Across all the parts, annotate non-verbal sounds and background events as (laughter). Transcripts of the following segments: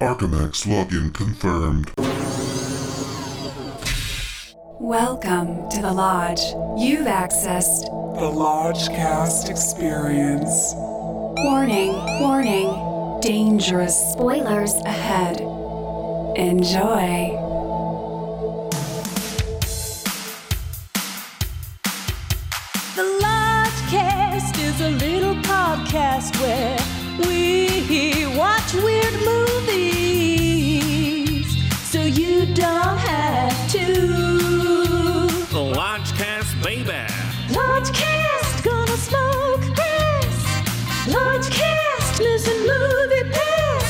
Arcanax login confirmed. Welcome to the Lodge. You've accessed. The Lodgecast Experience. Warning, warning. Dangerous spoilers ahead. Enjoy. The Lodgecast is a little podcast where we watch weird movies so you don't have to. The Lodgecast Baby. Lodgecast, gonna smoke this. Lodgecast, listen movie pass.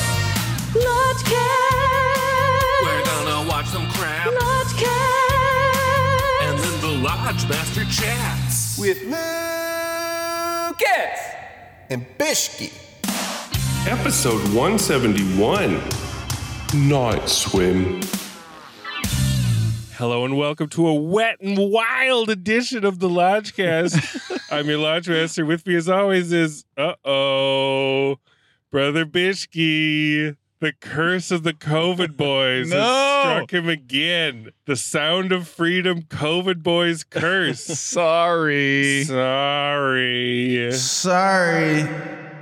Lodgecast. We're gonna watch some crap. Lodgecast. And then the Lodge Master chats. with Lucas and Bishki. Episode 171 Night Swim. Hello and welcome to a wet and wild edition of the (laughs) Lodgecast. I'm your Lodge Master. With me, as always, is uh oh, Brother Bishki. The curse of the COVID boys No. has struck him again. The sound of freedom, COVID boys (laughs) curse. Sorry. Sorry. Sorry.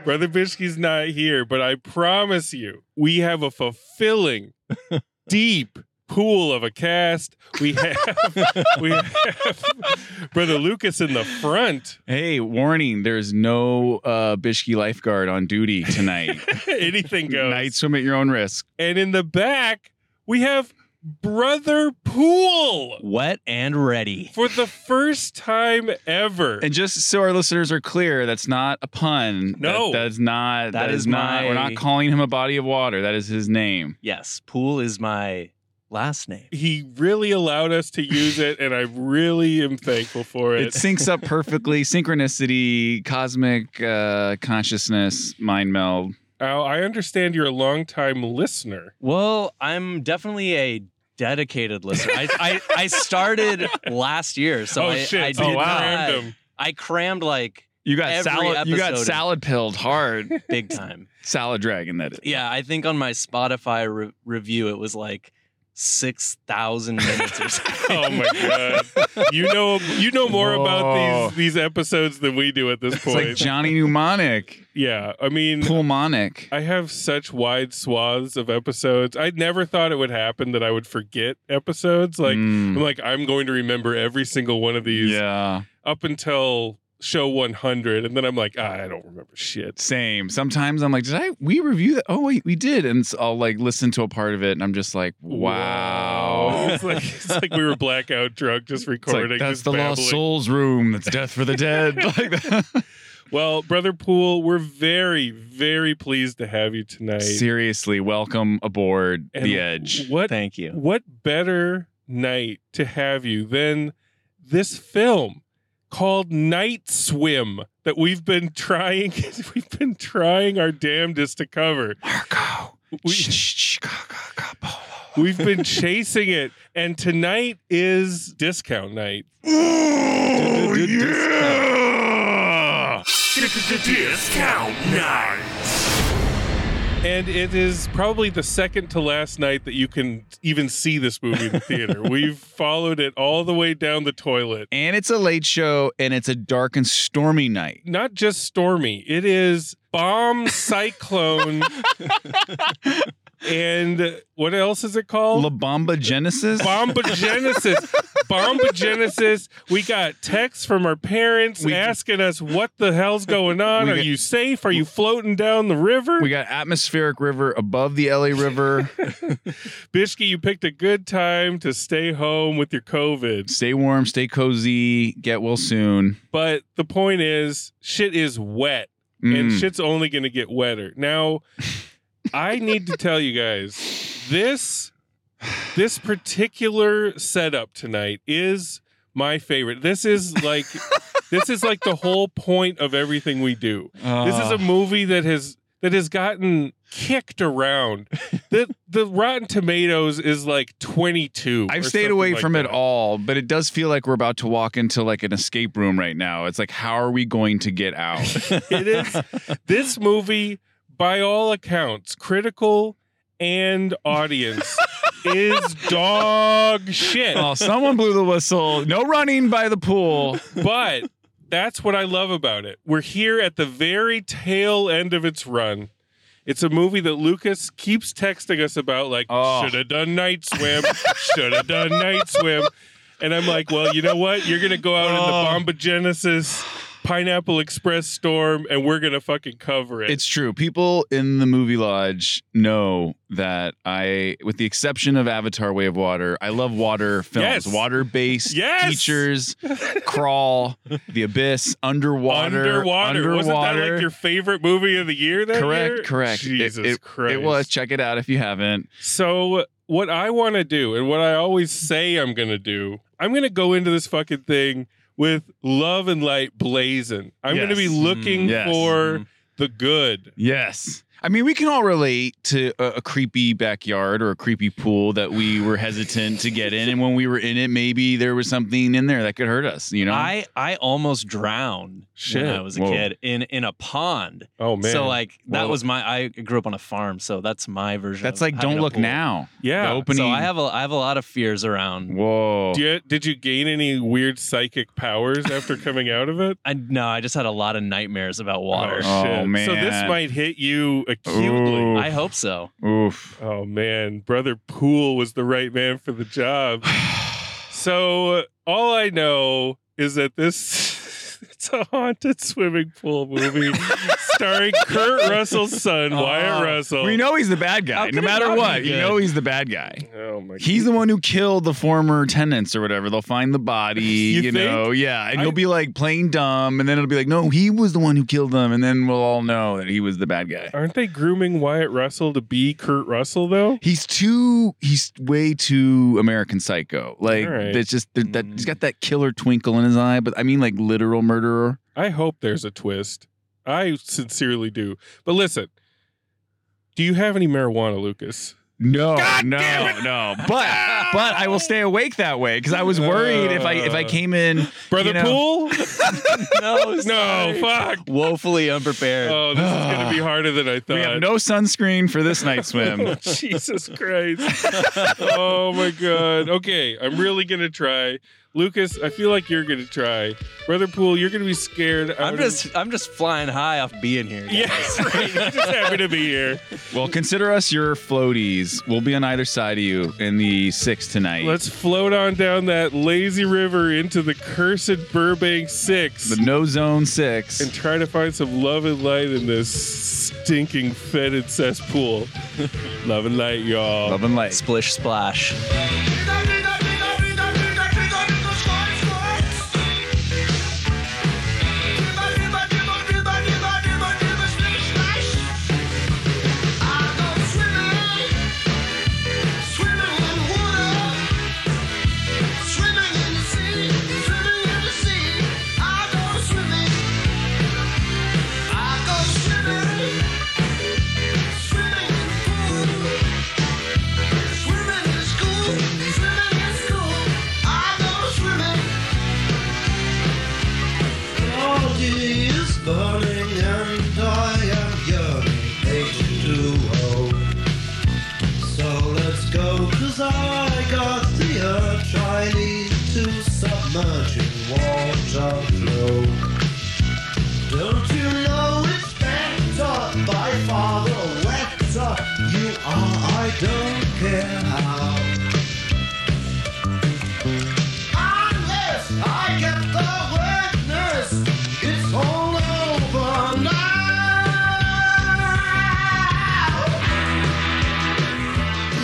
Brother Bishke's not here, but I promise you, we have a fulfilling, deep pool of a cast. We have, we have Brother Lucas in the front, (laughs) Hey, warning, there's no uh Bishki lifeguard on (laughs) duty tonight. anything goes. Night swim at your own risk. And in the back, we have Brother Pool wet and ready. for the first time ever. And just so our listeners are clear, that's not a pun. No. That- that's not That that is, is not we're my- not calling him a body of water. That is his name. Yes, pool is my last name. he really allowed us to use it, and I really am thankful for It it. syncs (laughs) up perfectly. Synchronicity, cosmic uh consciousness, mind meld. Al, I understand you're a longtime listener. Well, I'm definitely a dedicated listener. I, I, I started last year, so oh I, shit! I did oh, not. wow. (laughs) Random. I crammed like You got Every salad you got episode of- salad (laughs) pilled hard. big time. salad dragon that is. yeah, I think on my Spotify re- review, it was like six thousand minutes or something. (laughs) Oh my god! You know, you know more Whoa. about these these episodes than we do at this It's point. like Johnny Mnemonic, yeah, I mean, pulmonic. (laughs) I have such wide swaths of episodes. I never thought it would happen that I would forget episodes. Like, I'm Mm. like, I'm going to remember every single one of these yeah. up until show 100, and then I'm like, ah, I don't remember shit. Same. Sometimes I'm like, did I we review that? Oh wait, we did. And so I'll like listen to a part of it and I'm just like, wow. (laughs) it's like it's like we were blackout drunk, just (laughs) It's like, recording. that's just the Lost babbling. Souls room. That's death for the dead. (laughs) like that. Well, brother Poole, we're very, very pleased to have you tonight. Seriously, welcome aboard And the edge. What Thank you. What better night to have you than this film called Night Swim that we've been (laughs) trying we've been trying our damnedest to cover. Marco. We, Shh, shh, shh, go, go, go, Polo. we've been chasing it and tonight is discount night. Oh, yeah. Discount night. And it is probably the second to last night that you can even see this movie in the theater. we've followed it all the way down the toilet. And it's a late show and it's a dark and stormy night. Not just stormy, it is bomb cyclone and what else is it called? La Bamba Genesis. Bomba Genesis. Bomba Genesis. We got texts from our parents We- asking us what the hell's going on. We Are got- you safe? Are you floating down the river? we got atmospheric river above the LA River. Bishki, you picked a good time to stay home with your COVID. stay warm, stay cozy, get well soon. But the point is, shit is wet. and Mm. shit's only going to get wetter. (laughs) Now, I need to tell you guys this this particular setup tonight is my favorite. This is (laughs) like this is like the whole point of everything we do. This Ah. is a movie that has that has gotten kicked around. The the Rotten Tomatoes is like 22. I've or stayed something away like from it that. all, but it does feel like we're about to walk into like an escape room right now. It's like, how are we going to get out? it is this movie by all accounts critical and audience is dog shit. (laughs) Oh, someone blew the whistle. No running by the pool. But that's what I love about it. We're here at the very tail end of its run. It's a movie that Lucas keeps texting us about, like, Oh. should have done night swim, should have done night swim. And I'm like, well, you know what? You're going to go out Oh. in the Bomba Genesis Pineapple Express storm and we're going to fucking cover it. (laughs) It's true. People in the movie lodge know that I, with the exception of Avatar Way of Water, I love water films, Yes. water based Yes. features, Crawl, The Abyss, Underwater. underwater. Wasn't that Underwater. like your favorite movie of the year that Correct, year? correct. It- Jesus it, Christ. It was. Check it out if you haven't. So what I want to do and what I always say I'm going to do, I'm going to go into this fucking thing with love and light blazing. I'm going to be Yes. looking Mm, yes. for the good. Yes. I mean, we can all relate to a, a creepy backyard or a creepy pool that we were hesitant to get in. And when we were in it, maybe there was something in there that could hurt us, you know? I I almost drowned Shit. when I was a Whoa. kid in in a pond. Oh man. So like that Well- was my I grew up on a farm, so that's my version. That's of like, having don't a look pool. now. yeah. the opening- So I have a I have a lot of fears around. Whoa. Do you- did you gain any weird psychic powers after coming out of it? I no, I just had a lot of nightmares about water. (laughs) Oh, man. So this might hit you acutely. Ooh. I hope so. Oof. Oh man, brother Poole was the right man for the (laughs) job. so all I know is that this (laughs) it's a haunted swimming pool movie starring (laughs) Kurt Russell's son, Wyatt Oh, Russell. Ah, We know he's the bad guy. could No it matter not be what, you good? know he's the bad guy. Oh my He's the one who killed the former tenants or whatever. They'll find the body, you, (laughs) You know, yeah. And I- he'll be like playing dumb, and then it'll be like, no, he was the one who killed them, and then we'll all know that he was the bad guy. Aren't they grooming Wyatt Russell to be Kurt Russell though? He's too. He's way too American Psycho. Like All right. that's just that. that- He's got that killer twinkle in his eye, but I mean like literal murderer. I hope there's a twist. I sincerely do. But listen, do you have any marijuana, Lucas? No, no, no. (laughs) But but I will stay awake that way because I was worried if I if I came in Uh, Brother You know- Poole? (laughs) No, (laughs) no, fuck. woefully unprepared. Oh, this is gonna (sighs) be harder than I thought. We have no sunscreen for this night (laughs) (laughs) swim. Jesus Christ. (laughs) oh my God. Okay, I'm really going to try. Lucas, I feel like you're going to try. Brother Poole, you're going to be scared. I'm out just I'm just flying high off being here. Of- (laughs) yes, guys. right. I'm just happy to be here. well, consider us your floaties. We'll be on either side of you in the six tonight. Let's float on down that lazy river into the cursed Burbank Six the no zone six. and try to find some love and light in this stinking, fetid cesspool. love and light, y'all. Love and light. Splish splash.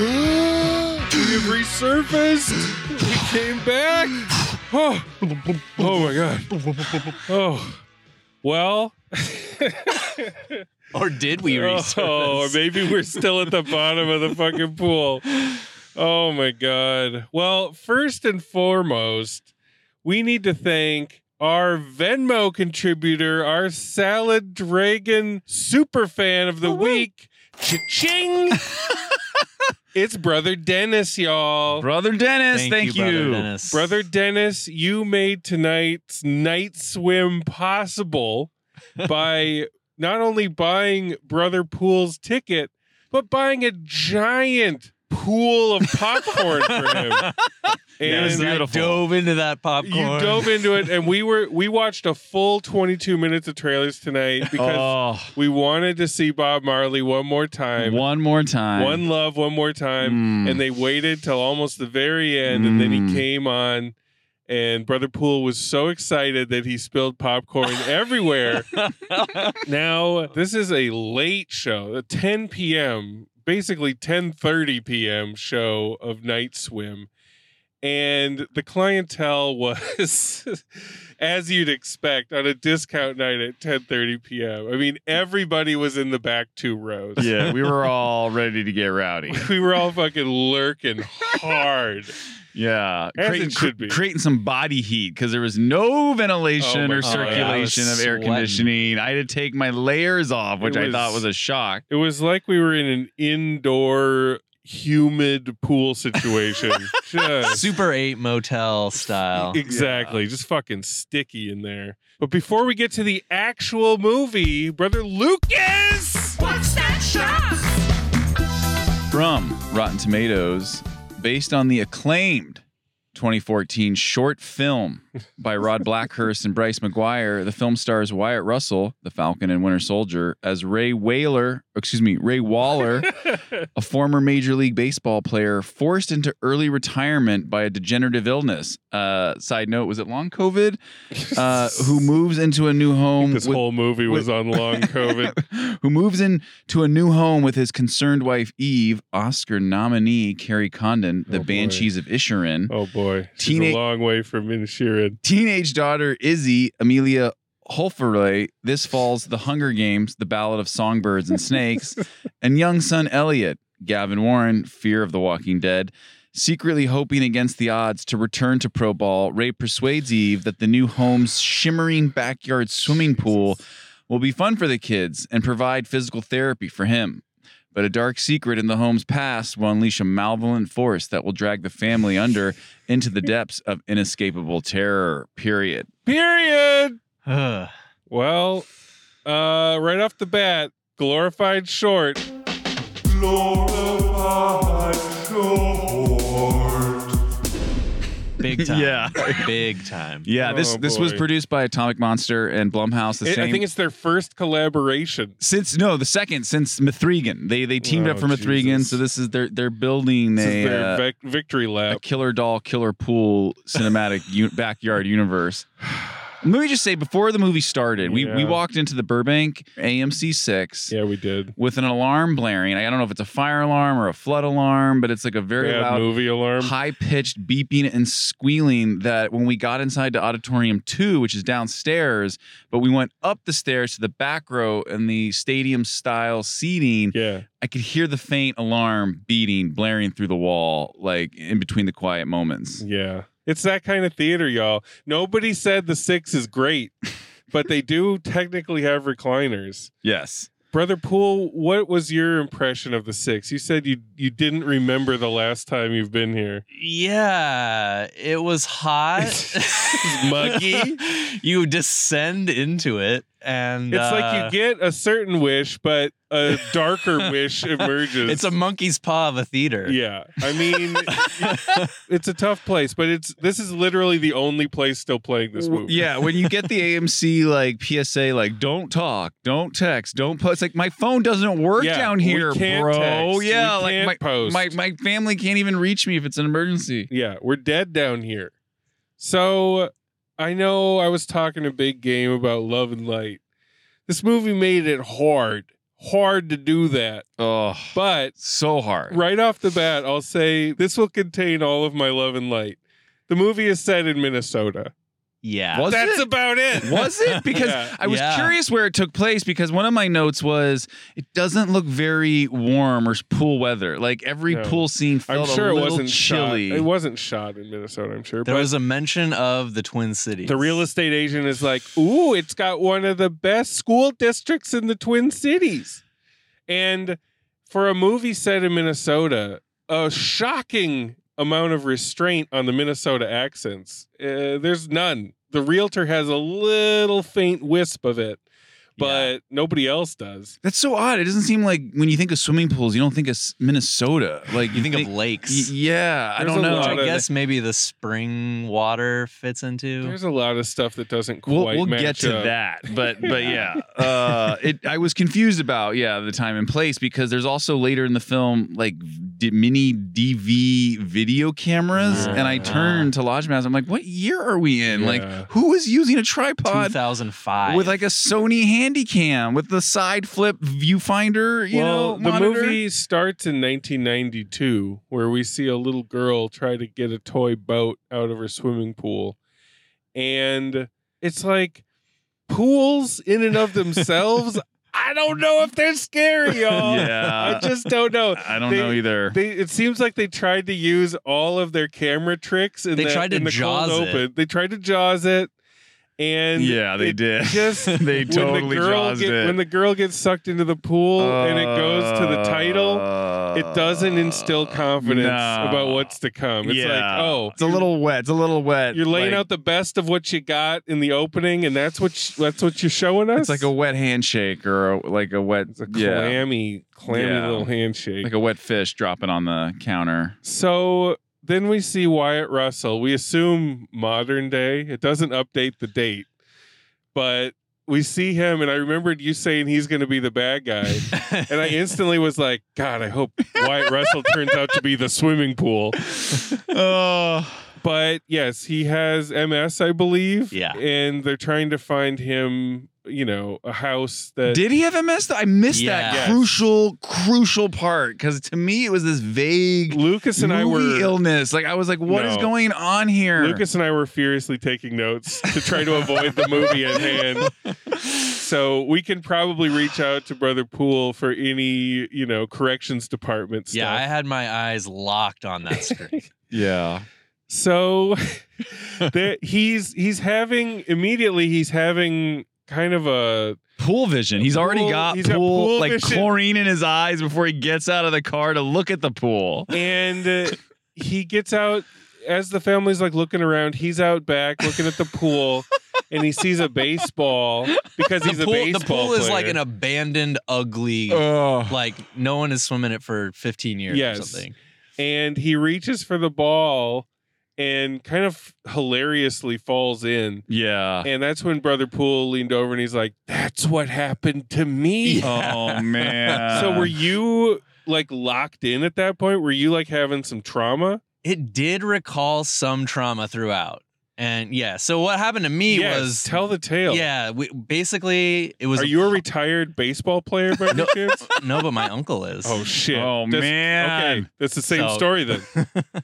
We've resurfaced. We came back. Oh, oh my god. Oh, well. Or did we research? Oh, or maybe we're still at the bottom of the fucking pool. Oh my god. Well, first and foremost, we need to thank our Venmo contributor, our Salad Dragon superfan of the week. Cha-ching! it's brother Dennis, y'all. Brother Dennis, thank, Thank, you, Brother Dennis. Brother Dennis, you made tonight's night swim (laughs) possible by not only buying Brother Pool's ticket, but buying a giant pool of popcorn (laughs) for him. It was And beautiful. dove into that popcorn. you dove into it, and we were we watched a full 22 minutes of trailers tonight because oh, we wanted to see Bob Marley one more time. one more time. One love, one more time. Mm. And they waited till almost the very end, and then he Mm. came on. And Brother Poole was so excited that he spilled popcorn (laughs) everywhere. now this is a late show, a 10 p.m., basically 10:30 p.m. show of Night Swim, and the clientele was, (laughs) as you'd expect, on a discount night at 10:30 p.m. I mean, everybody was in the back two rows (laughs) yeah, we were all ready to get rowdy. we were all fucking lurking hard. Yeah, As it should be. creating some body heat because there was no ventilation Oh my or God. circulation I was of air sweating. conditioning. I had to take my layers off, which It I was- thought was a shock. It was like we were in an indoor, humid pool (laughs) situation. Just Super 8 motel (laughs) style. exactly, just fucking sticky in there. But before we get to the actual movie, brother Lucas, From Rotten Tomatoes, based on the acclaimed 2014 short film by Rod Blackhurst and Bryce McGuire, the film stars Wyatt Russell, the Falcon and Winter Soldier, as Ray Whaler, excuse me, Ray Waller, a former Major League Baseball player forced into early retirement by a degenerative illness. Uh, side note, was it long COVID? Uh, who moves into a new home this with whole movie was on (laughs) long COVID. who moves into a new home with his concerned wife Eve, Oscar nominee Carrie Condon, the Oh, boy. Banshees of Inisherin, Oh boy, she's Teenage- a long way from Inishirin. teenage daughter Izzy, Amelia Holferay, this fall's The Hunger Games, The Ballad of Songbirds and Snakes, and young son Elliot, Gavin Warren, Fear of the Walking Dead. Secretly hoping against the odds to return to pro ball, Ray persuades Eve that the new home's shimmering backyard swimming pool will be fun for the kids and provide physical therapy for him. But a dark secret in the home's past will unleash a malevolent force that will drag the family under into the depths of inescapable terror. Period. Period. Ugh. Well, uh, right off the bat, glorified short. Big time. Yeah. Big time. Yeah, this Oh, this was boy. produced by Atomic Monster and Blumhouse. The It- same I think it's their first collaboration. since no, the second since Mithrigan. They they teamed Oh, up for Mithrigan, Jesus. so this is they're they're building This a, is their uh, vic- victory lap. a killer doll, killer pool cinematic u- (laughs) backyard universe. Let me just say before the movie started, we, we Yeah. walked into the Burbank AMC six. Yeah, we did. with an alarm blaring. I don't know if it's a fire alarm or a flood alarm, but it's like a very Bad loud, movie alarm. high pitched beeping and squealing. That when we got inside to auditorium two, which is downstairs, but we went up the stairs to the back row and the stadium style seating, Yeah. I could hear the faint alarm beating, blaring through the wall, like in between the quiet moments. Yeah. It's that kind of theater, y'all. Nobody said the six is great, but they do technically have recliners. Yes. Brother Poole, what was your impression of the six? You said you you didn't remember the last time you've been here. Yeah, it was hot. It's muggy. (laughs) you descend into it, and uh, It's like you get a certain wish, but a (laughs) darker wish emerges. It's a monkey's paw of a theater. yeah. I (laughs) mean, it's a tough place, but it's this is literally the only place still playing this W- movie. Yeah, when you get the (laughs) AMC like PSA, like don't talk, don't text, don't post. Like my phone doesn't work Yeah, down we here, can't bro. text, we Yeah, can't like my, post. my my family can't even reach me if it's an emergency. Yeah, we're dead down here. So I know I was talking a big game about love and light. This movie made it hard, hard to do that. Oh, But so hard. right off the bat, I'll say this will contain all of my love and light. The movie is set in Minnesota. yeah. Was That's it? about it. was (laughs) it? Because Yeah. I was Yeah. curious where it took place because one of my notes was it doesn't look very warm or pool weather. Like every No. pool scene I'm felt sure a it little wasn't chilly. Shot. It wasn't shot in Minnesota. I'm sure. There but was a mention of the Twin Cities. the real estate agent is like, "Ooh, it's got one of the best school districts in the Twin Cities." And for a movie set in Minnesota, a shocking amount of restraint on the Minnesota accents. Uh, there's none. The realtor has a little faint wisp of it, but nobody else does. That's so odd. It doesn't seem like when you think of swimming pools, you don't think of S- Minnesota. Like you think of lakes. Y- yeah, There's I don't a know. lot I of- guess maybe the spring water fits into. There's a lot of stuff that doesn't quite We'll, we'll match get to up. that, but (laughs) but yeah, uh, it. I was confused about yeah the time and place because there's also later in the film like d- mini DV video cameras, and I Yeah. turned to Lodgemaster. I'm like, what year are we in? Yeah. Like, who is using a tripod 2005. with like a Sony Handycam with the side flip viewfinder? You well, know, the monitor? movie starts in 1992, where we see a little girl try to get a toy boat out of her swimming pool, and it's like pools in and of (laughs) themselves. I don't know if they're scary, y'all. Yeah. I just don't know. I don't They- know either. They, it seems like they tried to use all of their camera tricks in They that- tried to in the Jaws cold it. open. They tried to jaws it, and yeah, they it did. Just (laughs) they when the totally girl jazzed get- it. when the girl gets sucked into the pool and it goes to the title. It doesn't instill confidence Uh, No. about what's to come. It's like, Yeah. oh, it's a little wet. It's a little wet. you're laying Like, out the best of what you got in the opening, and that's what sh- that's what you're showing us. It's like a wet handshake or a, like a wet, It's a yeah, clammy, clammy Yeah. little handshake. like a wet fish dropping on the (laughs) counter. So then we see Wyatt Russell. We assume modern day. It doesn't update the date, but we see him, and I remembered you saying he's going to be the bad guy, and (laughs) I instantly was like, God, I hope Wyatt Russell turns out to be the swimming pool. Oh, But yes, he has MS, I believe. Yeah. and they're trying to find him. You know, a house that did he have MS? Though? I missed Yes. that crucial, crucial part because to me it was this vague Lucas and I movie were illness. Like I was like, what is No. going on here? Lucas and I were furiously taking notes to try to avoid the movie at hand. So we can probably reach out to Brother Poole for any, you know, corrections department stuff. yeah, I had my eyes locked on that (laughs) screen. yeah, so (laughs) there, he's he's having immediately he's having kind of a pool vision. He's already Pool- got he's pool, got pool like vision. chlorine in his eyes before he gets out of the car to look at the pool. and uh, he gets out as the family's like looking around, he's out back looking at the pool and he sees a baseball because he's the a pool, the baseball pool is like player. an uh, abandoned, ugly, Uh. Oh, like no one is swimming it for 15 years Yes. or something. and he reaches for the ball and kind of hilariously falls in. yeah. And that's when Brother Poole leaned over and he's like, That's what happened to me. Oh man. So were you like locked in at that point? Were you like having some trauma? It did recall some trauma throughout. And yeah, so what happened to me Yes, was tell the tale. Yeah, we, basically it was Are you a retired baseball (laughs) player by any chance? No, but my (laughs) uncle is. Oh shit. Oh That's- man. Okay. That's the same So- story then. (laughs)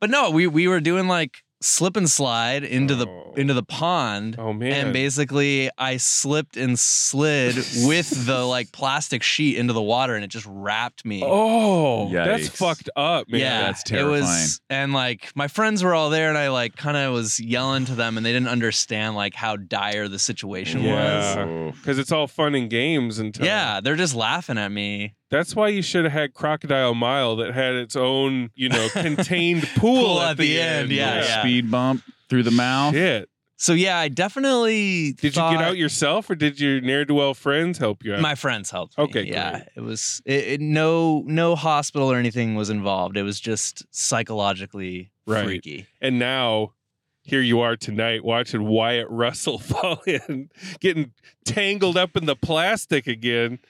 but no, we we were doing like slip and slide into Oh. the into the pond. Oh man. And basically, I slipped and slid with (laughs) the like plastic sheet into the water, and it just wrapped me. oh that's Yikes. fucked up, man. yeah, that's It terrifying. was, and like my friends were all there, and I like kind of was yelling to them, and they didn't understand like how dire the situation was. Yeah. Because it's all fun and games until Yeah, they're just laughing at me. That's why you should have had Crocodile Mile that had its own, you know, (laughs) contained pool, Pool at the end, yeah, yeah. Speed bump through the mouth. Shit. So yeah, I definitely Did you thought- get out yourself or did your ne'er do well friends help you out? My friends helped. me. Okay, yeah, great. it was it, it- no no hospital or anything was involved. It was just psychologically Right. freaky. and now here you are tonight watching Wyatt Russell (laughs) fall in, getting tangled up in the plastic again.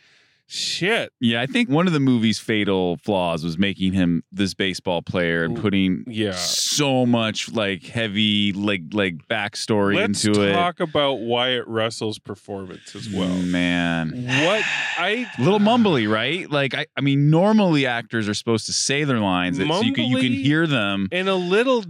Shit. Yeah, I think one of the movie's fatal flaws was making him this baseball player and Ooh, putting Yeah. so much like heavy like like backstory Let's into talk about Wyatt Russell's performance as it. well. man. What I Little mumbly, right? Like I, I mean, normally actors are supposed to say their lines that- so you can, you can Mumbly? hear them. and a little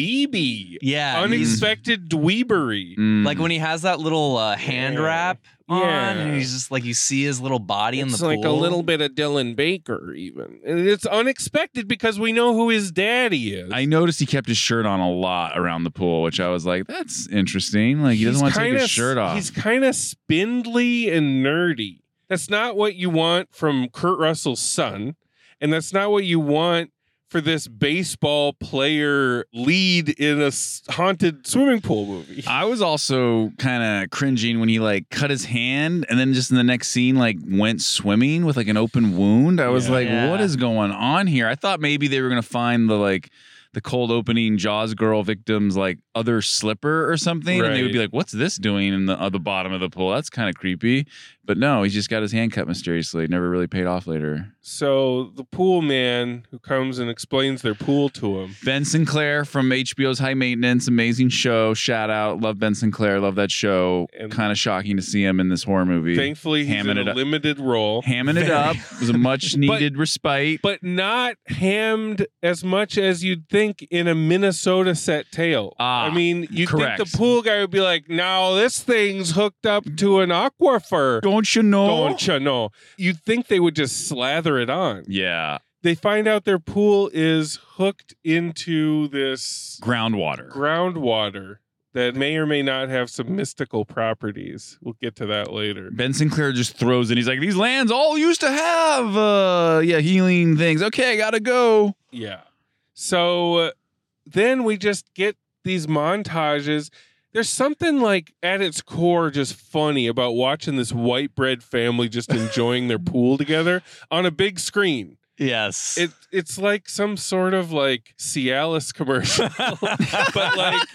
dweeby. Yeah, he's- Unexpected dweebery. Mm. like when he has that little uh, hand Yeah. wrap on, Yeah. and he's just like you see his little body in the it's like pool. a little bit of Dylan Baker, even. And it's unexpected because we know who his daddy is. I noticed he kept his shirt on a lot around the pool, which I was like, that's interesting. Like he doesn't want to take his shirt off. He's kind of spindly and nerdy. That's not what you want from Kurt Russell's son, and that's not what you want for this baseball player lead in a s- haunted swimming pool movie. I was also kind of cringing when he like cut his hand and then just in the next scene like went swimming with like an open wound. I was Yeah. like, Yeah. what is going on here? I thought maybe they were gonna find the like the cold opening Jaws girl victims like other slipper or something, and they would be Right. like, what's this doing in the at the bottom of the pool? That's kind of creepy. But no, he's just got his hand cut mysteriously. It Never really paid off later. So the pool man who comes and explains their pool to him. Ben Sinclair from HBO's High Maintenance, amazing show. Shout out, love Ben Sinclair, love that show. And- Kind of shocking to see him in this horror movie. Thankfully, he's Hamming in it a up. limited role, hamming (laughs) it up. It was a (laughs) much needed respite. but not hammed as much as you'd think in a Minnesota set tale. Ah, I mean, you'd think correct. the pool guy would be like, "Now this thing's hooked up to an aquifer." don't you know? Don't you know? You'd think they would just slather it on. Yeah, They find out their pool is hooked into this groundwater. groundwater that may or may not have some mystical properties. We'll get to that later. ben Sinclair just throws it. He's like, "These lands all used to have, uh, yeah, healing things. Okay, gotta go." Yeah. So uh, then we just get these montages. There's something like at its core just funny about watching this white bread family (laughs) just enjoying their pool together on a big screen. Yes. It it's like some sort of like Cialis (laughs) commercial, (laughs) but like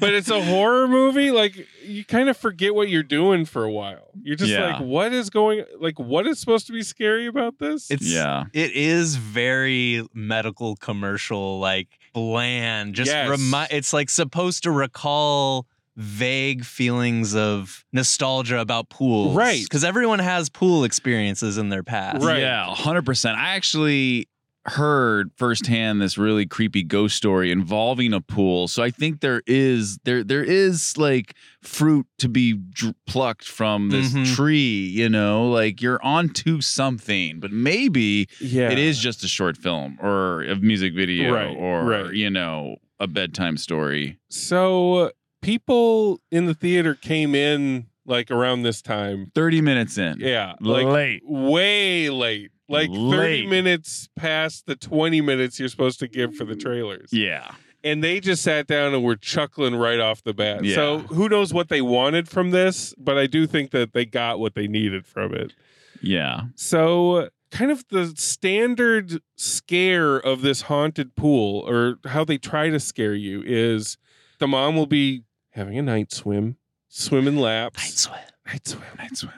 but it's a horror movie. Like you kind of forget what you're doing for a while. You're just Yeah. like, what is going? Like what is supposed to be scary about this? It's Yeah. It is very medical commercial, like bland. Just Yes. remi- it's like supposed to recall vague feelings of nostalgia about pools. Right. Because everyone has pool experiences in their past. Right. Yeah, 100%. I actually heard firsthand this really creepy ghost story involving a pool. So I think there is there there is like fruit to be dr- plucked from this Mm-hmm. Mhm. tree, you know, like you're onto something, but maybe yeah, it is just a short film or a music video Right, or right. you know, a bedtime story. So uh, people in the theater came in like around this time. 30 minutes in. Yeah, like Late. way late. Like 30 Late. minutes past the 20 minutes you're supposed to give for the trailers. Yeah. And they just sat down and were chuckling right off the bat. Yeah. So who knows what they wanted from this, but I do think that they got what they needed from it. Yeah. So, kind of the standard scare of this haunted pool, or how they try to scare you, is the mom will be having a night swim, swimming laps, Night swim. night swim, Night swim.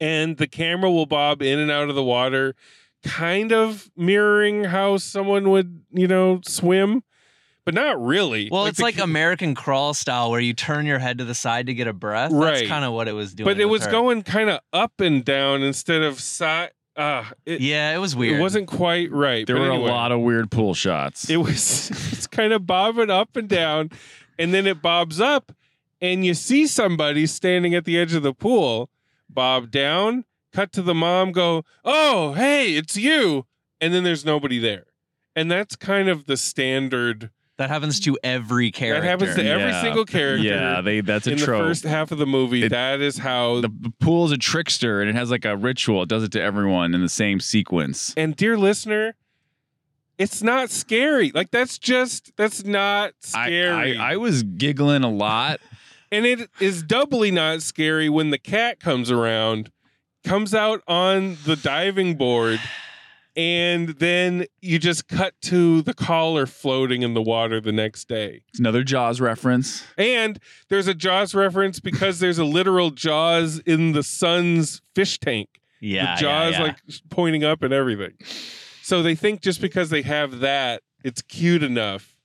and the camera will bob in and out of the water, kind of mirroring how someone would, you know, swim, but not really. Well, it's the like ca- American crawl style where you turn your head to the side to get a breath. Right. That's kind of what it was doing. but it with was her. going kind of up and down instead of side. Uh, it, Yeah, it was weird. it wasn't quite right. There but were anyway. a lot of weird pool shots. (laughs) It was it's kind of bobbing up and down, and then it bobs up, and you see somebody standing at the edge of the pool, bob down, cut to the mom, go, oh hey, it's you, and then there's nobody there, and that's kind of the standard That happens to every character. that happens to every Yeah. single character. yeah, they that's a in the trope. first half of the movie, It- that is how. the, the pool is a trickster and it has like a ritual. It does it to everyone in the same sequence. and dear listener. It's not scary. Like that's just that's not I, scary. I, I was giggling a lot. And it is doubly not scary when the cat comes around, comes out on the diving board, and then you just cut to the collar floating in the water the next day. It's another Jaws reference. And there's a Jaws reference because there's a literal Jaws in the sun's fish tank. yeah, the Jaws yeah, yeah. like pointing up and everything. So they think just because they have that, it's cute enough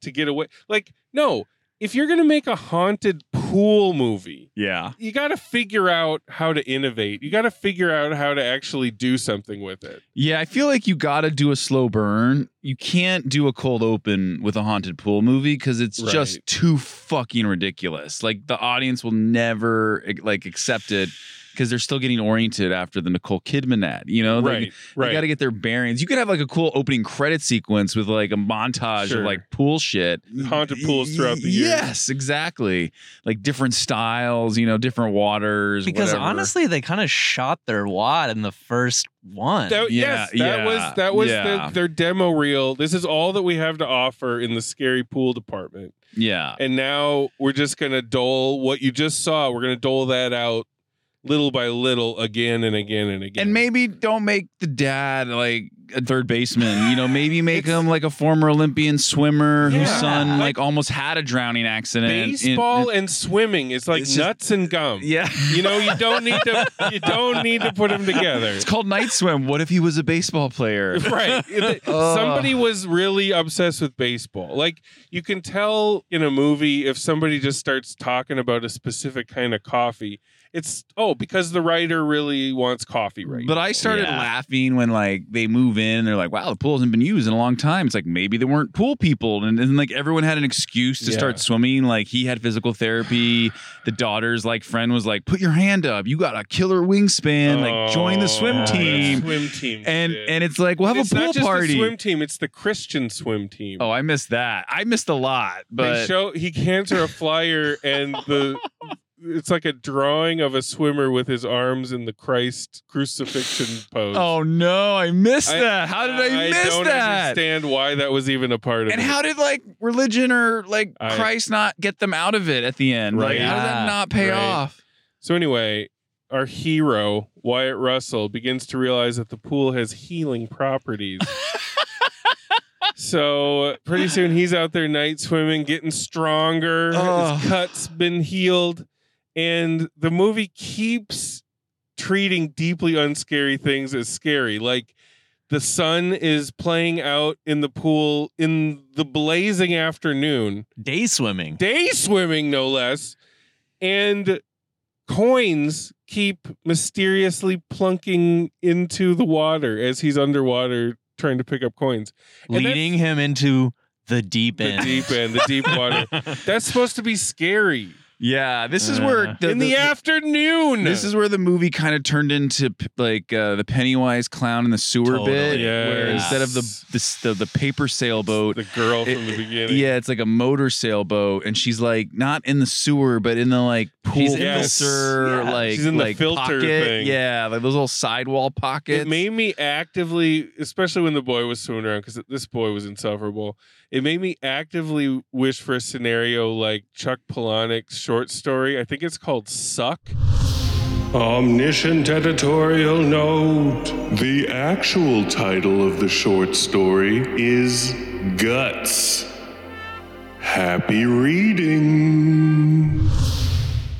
to get away. Like, no, if you're gonna make a haunted pool movie, Yeah. you got to figure out how to innovate. You got to figure out how to actually do something with it. Yeah, I feel like you gotta do a slow burn. You can't do a cold open with a haunted pool movie because it's Right. just too fucking ridiculous. Like the audience will never like accept it. because they're still getting oriented after the Nicole Kidman ad. You know, They- right, They right. got to get their bearings. You could have like a cool opening credit sequence with like a montage Sure. of like pool shit. Haunted pools throughout the year. Yes, exactly. Like different styles, you know, different waters. Because whatever. honestly, they kind of shot their wad in the first one. That, yes, that Yeah, yeah, was that was yeah. the, their demo reel. This is all that we have to offer in the scary pool department. yeah, And now we're just gonna dole what you just saw. We're gonna dole that out little by little, again and again and again. and maybe don't make the dad like a third baseman. You (laughs) know, maybe make It's- him like a former Olympian swimmer whose Yeah. son Like- like almost had a drowning accident. in- in- baseball and swimming is like It's just- nuts and gum. (laughs) yeah. You know, you don't need to you don't need to put them (laughs) together. It's called night swim. What if he was a baseball (laughs) player? (laughs) right. It- Ugh. somebody was really obsessed with baseball. Like you can tell in a movie if somebody just starts talking about a specific kind of coffee. It's oh because the writer really wants coffee right. But now. I started Yeah. laughing when like they move in and they're like, wow, the pool hasn't been used in a long time. It's like maybe they weren't pool people. And, and like everyone had an excuse to Yeah. start swimming. Like he had physical therapy. The daughter's like friend was like, put your hand up. You got a killer wingspan. like join the Oh, swim that team. Swim team. And shit. and it's like, we'll have it's a pool not just party. The swim team. It's the Christian swim team. oh, I missed that. I missed a lot. they But show he hands her a flyer and the it's like a drawing of a swimmer with his arms in the Christ crucifixion pose. oh no, I missed I- that. How did I, miss don't that? understand why that was even a part of And it. how did like religion or like I- Christ not get them out of it at the end? Like, Right. how did Yeah. that not pay Right. off? so anyway, our hero Wyatt Russell begins to realize that the pool has healing properties. so pretty soon he's out there night swimming, getting stronger. Ugh. His cuts been healed, and the movie keeps treating deeply unscary things as scary, like. The sun is playing out in the pool in the blazing afternoon. Day swimming. day swimming no less and coins keep mysteriously plunking into the water as he's underwater trying to pick up coins And leading him into the deep the end. (laughs) deep end the deep (laughs) water that's supposed to be scary Yeah, this is Uh, where in the, afternoon This is where the movie kind of turned into p- like uh, the Pennywise clown in the sewer Totally. bit, where Yes. instead of the the, the, the paper sailboat, the girl from it- the beginning yeah, it's like a motor sailboat, and she's like not in the sewer, but in the like pool She's in the- filter, Yes. like She's in the like, filter pocket. thing. yeah, like those little sidewall pockets. It made me actively, especially when the boy was swimming around, because this boy was insufferable. It made me actively wish for a scenario like Chuck Palahniuk's short story. I think it's called "Suck." Omniscient editorial note. The actual title of the short story is Guts. Happy reading.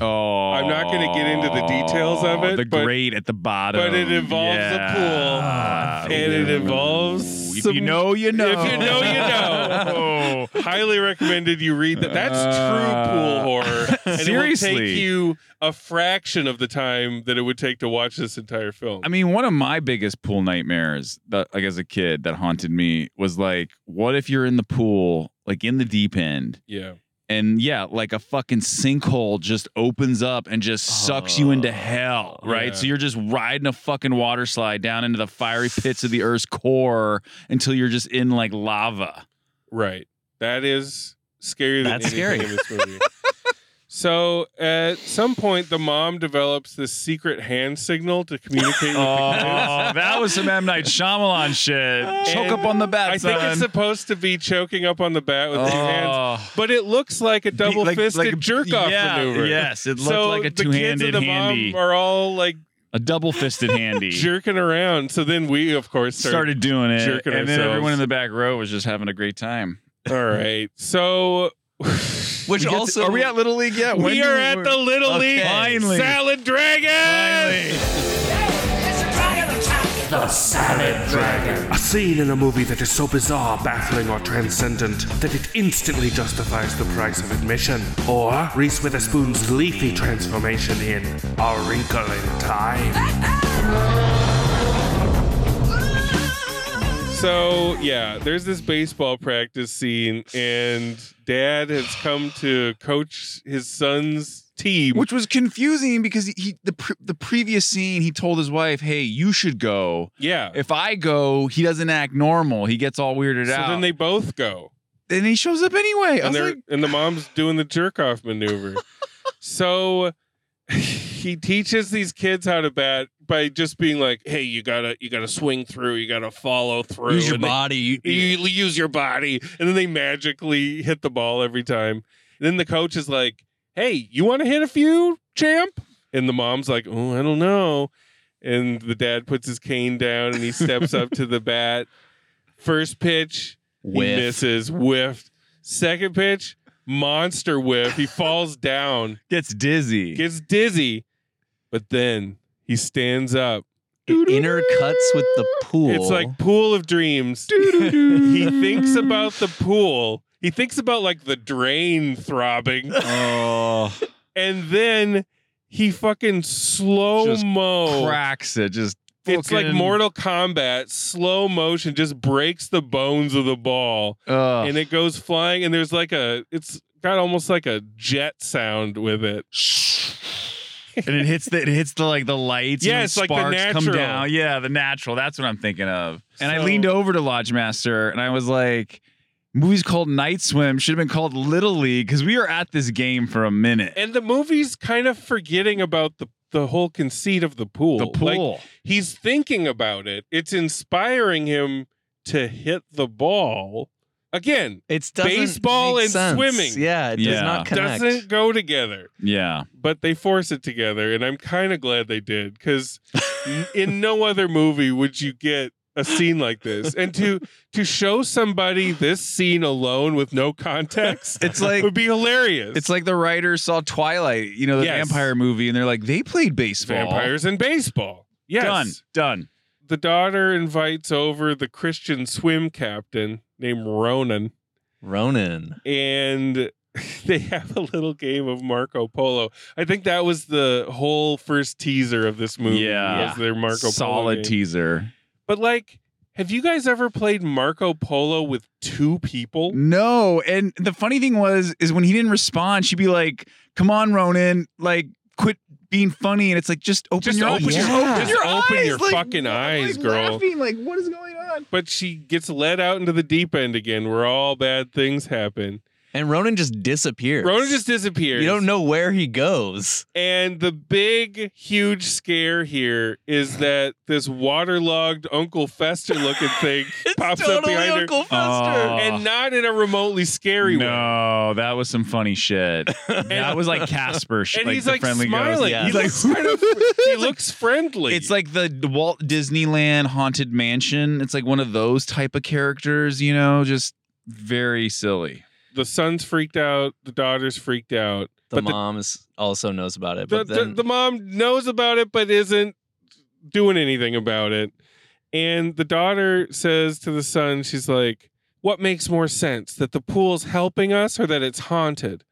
oh, I'm not gonna get into the details of it, The but- grate at the bottom, but it involves a Yeah. Ah, pool, and it involves If you some- know, you know. If you know, you know. Oh, Highly recommended you read that. That's Uh, true pool horror. And it will take seriously. you a fraction of the time that it would take to watch this entire film. (laughs) I mean, one of my biggest pool nightmares, that, like as a kid, that haunted me was like, what if you're in the pool, like in the deep end, yeah. and yeah, like a fucking sinkhole just opens up and just sucks you into hell, right? Ah, Yeah. So you're just riding a fucking water slide down into the fiery pits of the earth's core until you're just in like lava. Right. That is scarier than That's anything scary. in this movie. so at some point, the mom develops this secret hand signal to communicate with the kids. Oh, that was some M Night Shyamalan shit. Choke And up on the bat, I think it's son. supposed to be choking up on the bat with two hands, Oh. but it looks like a double-fisted like a- jerk-off yeah, maneuver. Yes, it looked so like a the kids two-handed and the handy, mom are all like a double-fisted (laughs) handy. jerking around. So then we, of course, start Started doing it, jerking and then ourselves. everyone in the back row was just having a great time. All right, so Which also are we at Little League yet? we are at the Little Okay. League Finally. Salad Dragon. A scene in a movie that is so bizarre, baffling, or transcendent that it instantly justifies the price of admission. Or Reese Witherspoon's leafy transformation in A Wrinkle in Time. So yeah, there's this baseball practice scene, and Dad has come to coach his son's team. Which was confusing because he the pre- the previous scene he told his wife, "Hey, you should go. yeah. If I go, he doesn't act normal. He gets all weirded So out." then they both go, and he shows up anyway. (laughs) I and was they're like, and the mom's doing the jerk off (laughs) maneuver. so he teaches these kids how to bat by just being like, "Hey, you gotta you gotta swing through, you gotta follow through, Use your and they- body. You, you, you use your body and then they magically hit the ball every time then the coach is like hey you want to hit a few champ and the mom's like oh i don't know and the dad puts his cane down and he steps up to the bat first pitch Whiff. he misses whiffed second pitch monster whiff (laughs) he falls down gets dizzy. gets dizzy but then he stands up it intercuts with the pool. it's like pool of (laughs) dreams. he thinks about the pool. He thinks about like the drain (laughs) throbbing, oh, and then he fucking slow Oh. mo. cracks it. Just It's like fucking- Mortal Kombat, slow motion, just breaks the bones of the ball, Ugh. and it goes flying. And there's like a, it's got almost like a jet sound with it. and it hits the it hits the like the lights. Yeah, and it's like the sparks come natural. down. Yeah, the natural. That's what I'm thinking of. And I So- leaned over to Lodge Master and I was like, "Movie's called Night Swim. Should have been called Little League because we were at this game for a minute. And the movie's kind of forgetting about the the whole conceit of the pool. the Like, pool. he's thinking about it. It's inspiring him to hit the ball. Again, it's doesn't baseball make and sense. swimming. Yeah, it does Yeah. not connect. doesn't go together, yeah, but they force it together. And I'm kind of glad they did (laughs) because in no other movie would you get a scene like this. And to to show somebody this scene alone with no context It's like- would be hilarious. it's like the writers saw Twilight, you know, the Yes. vampire movie, and they're like, they played baseball. vampires in baseball. Yes. Done. Done. The daughter invites over the Christian swim captain named Ronan. Ronan. and (laughs) they have a little game of Marco Polo. I think that was the whole first teaser of this movie. Yeah. was their Marco Polo Solid game. teaser. But like, have you guys ever played Marco Polo with two people? No, and the funny thing was is when he didn't respond, she'd be like, "Come on, Ronan, like quit being funny." And it's like, just open Just your open eyes. your- just open eyes, your fucking like, eyes, like, girl. Laughing, like what is going on? But she gets led out into the deep end again, where all bad things happen. And Ronan just disappears. Ronan just disappears. You don't know where he (laughs) goes. And the big, huge scare here is that this waterlogged Uncle Fester looking thing pops up behind her. Fester. and not in a remotely scary way. No, that was some funny (laughs) shit. that was like Casper. sh- And he's the like friendly ghost. smiling. Yeah. He, He's like- (laughs) looks kind of, he looks friendly. It's like the the Walt Disneyland Haunted Mansion. It's like one of those type of characters, you know, just very silly. the son's freaked out, the daughter's freaked out, The but the- mom is also knows about it. the, But the, then the mom knows about it but isn't doing anything about it. And the daughter says to the son, she's like, What makes more sense? That the pool's helping us or that it's haunted?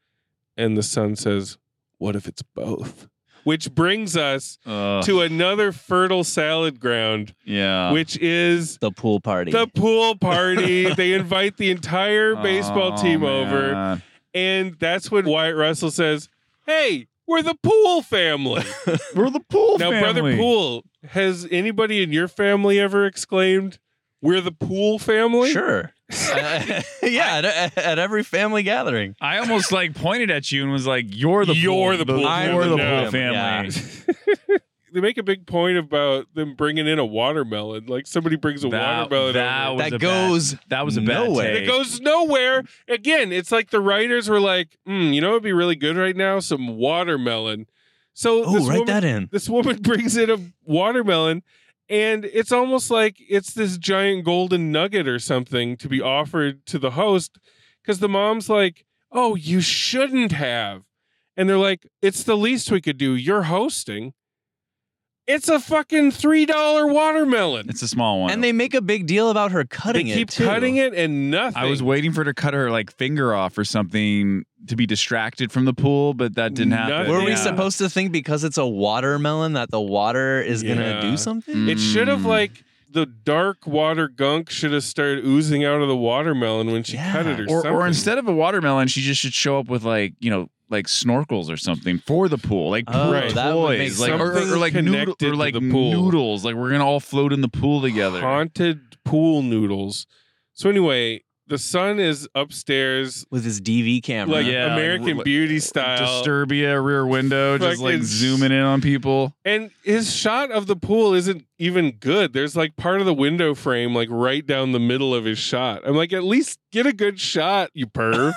And the son says, What if it's both? Which brings us Ugh, to another fertile salad ground, yeah. which is the pool party. the pool party. they invite the entire baseball Oh, team over, man. and that's when Wyatt Russell says, "Hey, we're the Pool family." We're the pool now, brother Pool, has anybody in your family ever exclaimed, "We're the Pool family"? Sure. (laughs) Uh, yeah, at, at every family gathering. I almost like pointed at you and was like, "You're the You're pool, the pool you're family the now." pool family." (laughs) They make a big point about them bringing in a watermelon. Like somebody brings a That, watermelon. that over. was That a goes bad, that was a bad nowhere. take. It goes nowhere. Again, it's like the writers were like, "Hmm, you know, it'd be really good right now, some watermelon. So Oh, this write woman, that in. This woman (laughs) brings in a watermelon, and it's almost like it's this giant golden nugget or something to be offered to the host, because the mom's like, "Oh, you shouldn't have," and they're like, "It's the least we could do. You're hosting." It's a fucking three dollar watermelon. It's a small one. And they make a big deal about her They cutting it. keep too. cutting it and nothing. I was waiting for her to cut her like finger off or something to be distracted from the pool, but that didn't happen. Nothing. Were we Yeah. supposed to think because it's a watermelon that the water is Yeah. gonna do something? Mm. It should have like the dark water gunk should have started oozing out of the watermelon when she cut it or, or, something. or instead of a watermelon, she just should show up with like you know like snorkels or something for the pool, like pool Oh, that would make toys, like or, sense. or like Something noodle, connected or to like the pool. noodles, like we're gonna all float in the pool together. haunted pool noodles. So anyway, the son is upstairs, with his DV camera. like Yeah, like, American what- Beauty style, Disturbia rear window, just like Fucking- zooming in on people. and his shot of the pool isn't even good. There's like part of the window frame, like right down the middle of his shot. I'm like, at least get a good shot, you perv.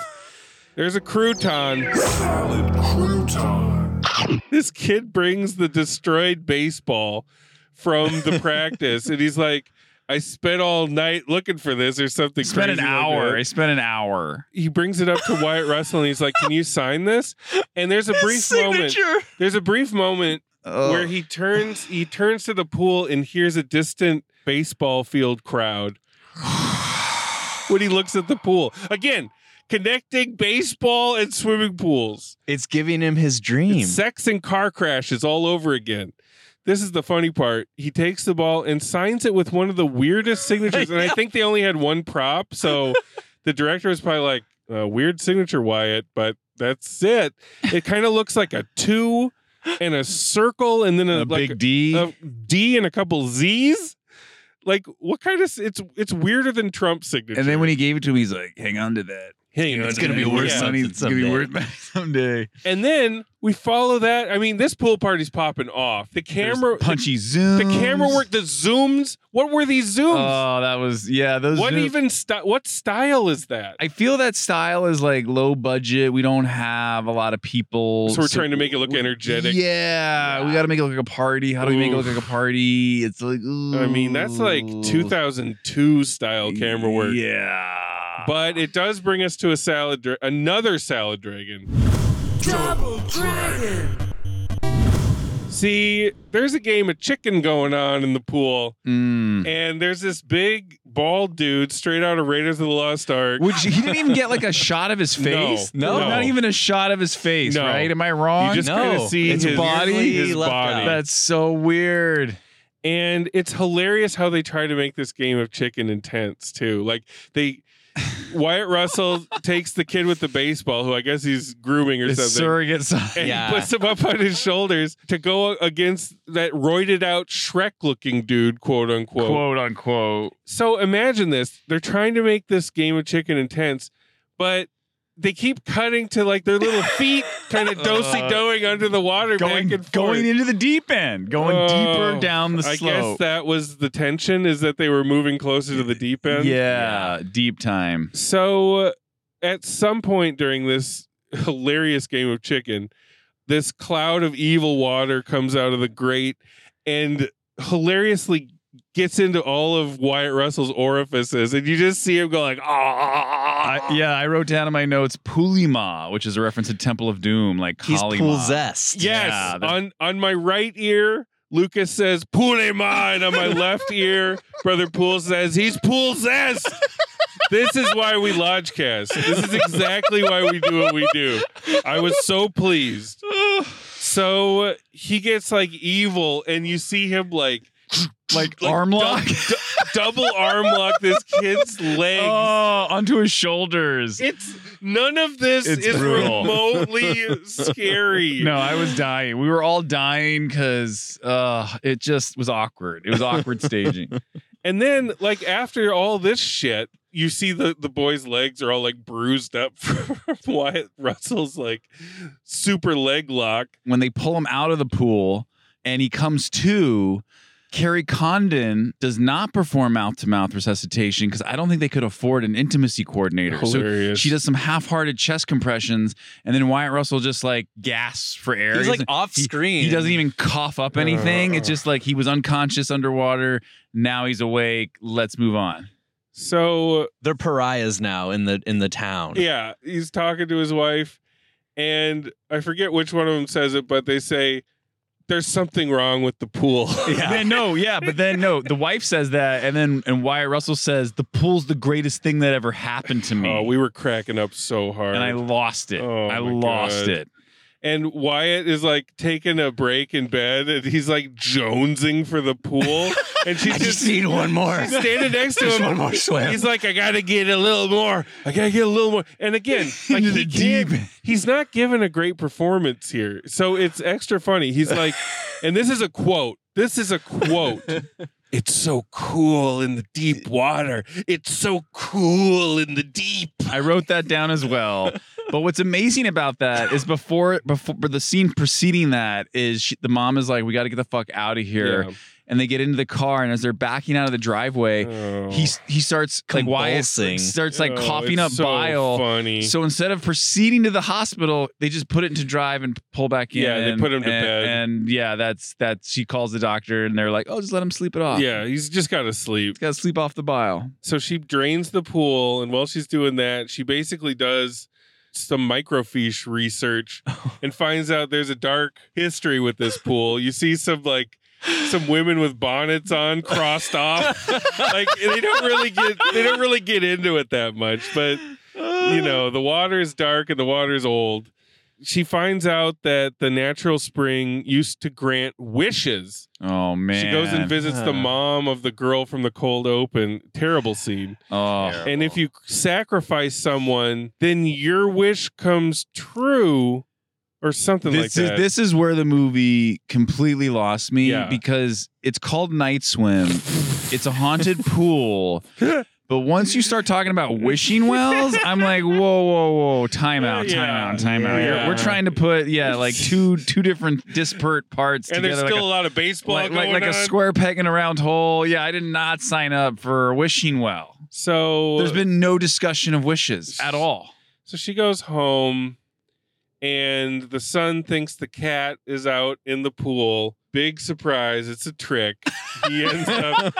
There's a crouton. Salad crouton. this kid brings the destroyed baseball from the practice and he's like i spent all night looking for this or something Spent an crazy like hour. I that. spent an hour. he brings it up to wyatt russell and he's like can you sign this and there's a brief moment there's a brief moment Oh, Ugh. where he turns he turns to the pool and hears a distant baseball field crowd (sighs) when he looks at the pool again connecting baseball and swimming pools It's giving him his dream. it's sex and car crashes all over again. This is the funny part. He takes the ball and signs it with one of the weirdest signatures. (laughs) And I think they only had one prop. So the director was probably like, uh, weird signature, Wyatt, but that's it. (laughs) It kind of looks like a two and a circle and then a, a like big D. a D and a couple Z's. Like what kind of it's it's weirder than Trump's signature. and then when he gave it to me, he's like, "Hang on to that. Hang on It's to gonna be that. worth Yeah. money. It's gonna be someday." worth money (laughs) someday." And then we follow that. I mean, this pool party's popping off. The camera There's punchy zoom. (laughs) The camera work, the zooms. What were these zooms? Oh, that was yeah. Those what zoom- even sty- what style is that? I feel that style is like low budget. We don't have a lot of people. So we're trying to make it look energetic. Yeah, we got to make it look like a party. How do we make it look Oof. like a party? It's like I mean, that's like ooh. 2002 style camera work. Yeah, But it does bring us to a salad, dra- another salad dragon. Double dragon. See, there's a game of chicken going on in the pool, Mm. (laughs) and there's this big bald dude straight out of Raiders of the Lost Ark. Which he didn't even get like a shot of his face. (laughs) No. not even a shot of his face. No. Right? Am I wrong? you just no. kind of see It's his body- his left body. out. That's so weird. and it's hilarious how they try to make this game of chicken intense too. Like they, Wyatt (laughs) Russell takes the kid with the baseball, who I guess he's grooming or It's something. surrogate son. and Yeah. he puts him up on his shoulders to go against that roided out Shrek looking dude, quote unquote. quote unquote. So imagine this. They're trying to make this game of chicken intense, but they keep cutting to like their little feet (laughs) kind of dosey doing under the water Uh, Going, back and forth. going into the deep end, going deeper Oh, down the I guess slope. that was the tension is that they were moving closer to the deep end. yeah, deep time. So uh, at some point during this (laughs) hilarious game of chicken, this cloud of evil water comes out of the grate and hilariously gets into all of Wyatt Russell's orifices and you just see him go like ah I, yeah, I wrote down in my notes Pulima, which is a reference to Temple of Doom, like He's Kalima. possessed. Yes. Yeah, that- on on my right ear, Lucas says "Pulima," and on my left ear, Brother Pool says he's possessed. this is why we lodge cast. This is exactly why we do what we do. I was so pleased. So he gets like evil, and you see him like like, like arm dou- lock. dou- double arm lock this kid's legs. (laughs) Oh, onto his shoulders. It's none of this It's is brutal. remotely scary. (laughs) No, I was dying. We were all dying because uh, it just was awkward. It (laughs) was awkward staging. And then, like after all this shit, you see the the boy's legs are all like bruised up (laughs) from Wyatt Russell's like super leg lock. When they pull him out of the pool and he comes to, Carrie Condon does not perform mouth to mouth resuscitation because I don't think they could afford an intimacy coordinator. So Hilarious. she does some half hearted chest compressions, and then Wyatt Russell just like gasps for air. He's He like Uh. doesn't- off he- screen. He, doesn't even cough up anything. It's just like he was unconscious underwater. Now he's awake. Let's move on. So They're pariahs now in the in the town. yeah, he's talking to his wife, and I forget which one of them says it, but they say there's something wrong with the pool. (laughs) Then no, yeah, but then no. The wife says that, and then and Wyatt Russell says the pool's the greatest thing that ever happened to me. oh, we were cracking up so hard. and I lost it. Oh I my lost God. it. and Wyatt is like taking a break in bed, and he's like jonesing for the pool, and she I just, just need one more. She's standing next to Just him, one more swim. He's like, I gotta get a little more. I gotta get a little more. (laughs) And again, like Into he the can't- deep. he's not giving a great performance here, so it's extra funny. (laughs) He's like, and this is a quote. This is a quote. It's so cool in the deep water. It's so cool in the deep. I wrote that down as well. But what's amazing about that is before before the scene preceding that is she, the mom is like, "We got to get the fuck out of here." Yeah. And they get into the car, and as they're backing out of the driveway, he he starts like Wyatt Convulsing. starts like Oh, coughing it's up so bile. funny. So instead of proceeding to the hospital, they just put it into drive and pull back in. Yeah, they put him to and- bed. And yeah, that's that. She calls the doctor, and they're like, "Oh, just let him sleep it off. Yeah, he's just got to sleep. got to sleep off the bile." So she drains the pool, and while she's doing that, she basically does some microfiche research and finds out there's a dark history with this pool. You see some like some women with bonnets on crossed off. like they don't really get they don't really get into it that much, but you know, the water is dark and the water is old. She finds out that the natural spring used to grant wishes. Oh man, She goes and visits the mom of the girl from the cold open. Terrible scene. Oh, And if you sacrifice someone, then your wish comes true or something this like is that. this is where the movie completely lost me Yeah. because it's called Night Swim. it's (laughs) a haunted pool. But once you start talking about wishing wells, I'm like, whoa, whoa, whoa, time out, time Yeah. out, time out. You're- Yeah. We're trying to put, (laughs) yeah, like two two different disparate parts and there's together, still a, like lot of a baseball like, like, going like a on. square peg in a round hole. Yeah, I did not sign up for wishing well. so There's been no discussion of wishes at all. So she goes home, and the son thinks the cat is out in the pool. Big surprise! It's a trick. He ends up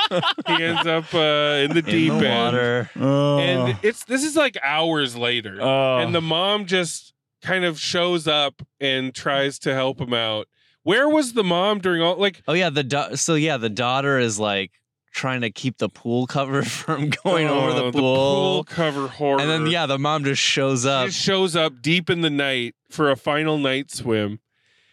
he ends up uh, in the deep in the end, water. and it's this is like hours later, Oh. and the mom just kind of shows up and tries to help him out. Where was the mom during all like? Oh yeah, the da- so yeah, the daughter is like trying to keep the pool cover (laughs) from going over Oh, the pool. cover horror, and then yeah, the mom just shows She up. just shows up deep in the night for a final night swim.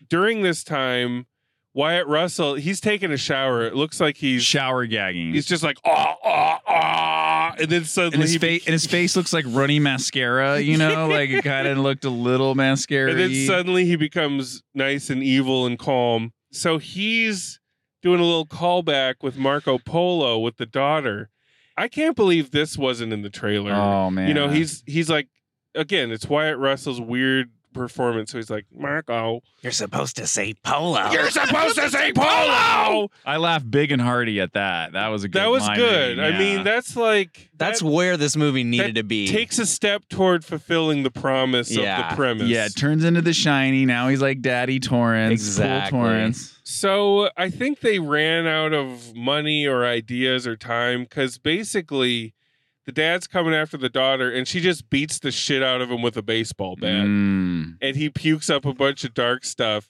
During this time, Wyatt Russell, he's taking a shower. It looks like he's Shower gagging. he's just like ah ah ah, and then suddenly and his he face and his face looks like runny mascara, (laughs) you know, like it kind of looked a little mascara. and uh, then suddenly he becomes nice and evil and calm. So he's doing a little callback with Marco Polo with the daughter. I can't believe this wasn't in the trailer. oh man, You know, he's he's like again, it's Wyatt Russell's weird performance. So he's like, Marco, You're supposed to say polo. You're supposed to say polo. I laughed big and hearty at that. That was a good. That was line good. reading, I yeah. mean, that's like That's that where this movie needed that to be. takes a step toward fulfilling the promise of Yeah. the premise. yeah, it turns into the shiny. Now he's like Daddy Torrance, Exactly. Pool Torrance. So I think they ran out of money or ideas or time because basically the dad's coming after the daughter and she just beats the shit out of him with a baseball bat Mm. and he pukes up a bunch of dark stuff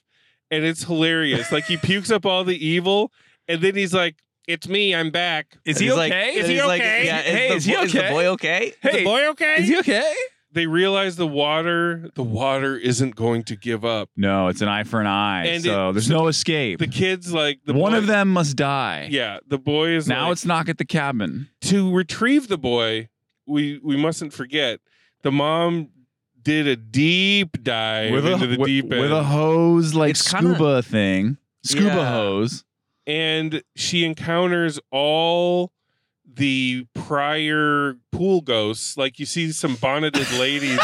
and it's hilarious. like he pukes up all the evil and then he's like, It's me, I'm back. Is And he he's okay? like- and is he's he like, okay? yeah, hey, the is he bo- okay? Is the boy okay? (laughs) Hey, the boy okay? is he okay? they realize the water the water isn't going to give up No, it's an eye for an eye. And so it- there's so no escape. the kids like the One boy- of them must die. yeah the boy is Now like, it's knock at the cabin. to retrieve the boy we we mustn't forget the mom did a deep dive into the with- deep end with a hose like It's kinda- scuba thing, scuba Yeah. hose. and she encounters all the prior pool ghosts like you see some bonneted (laughs) ladies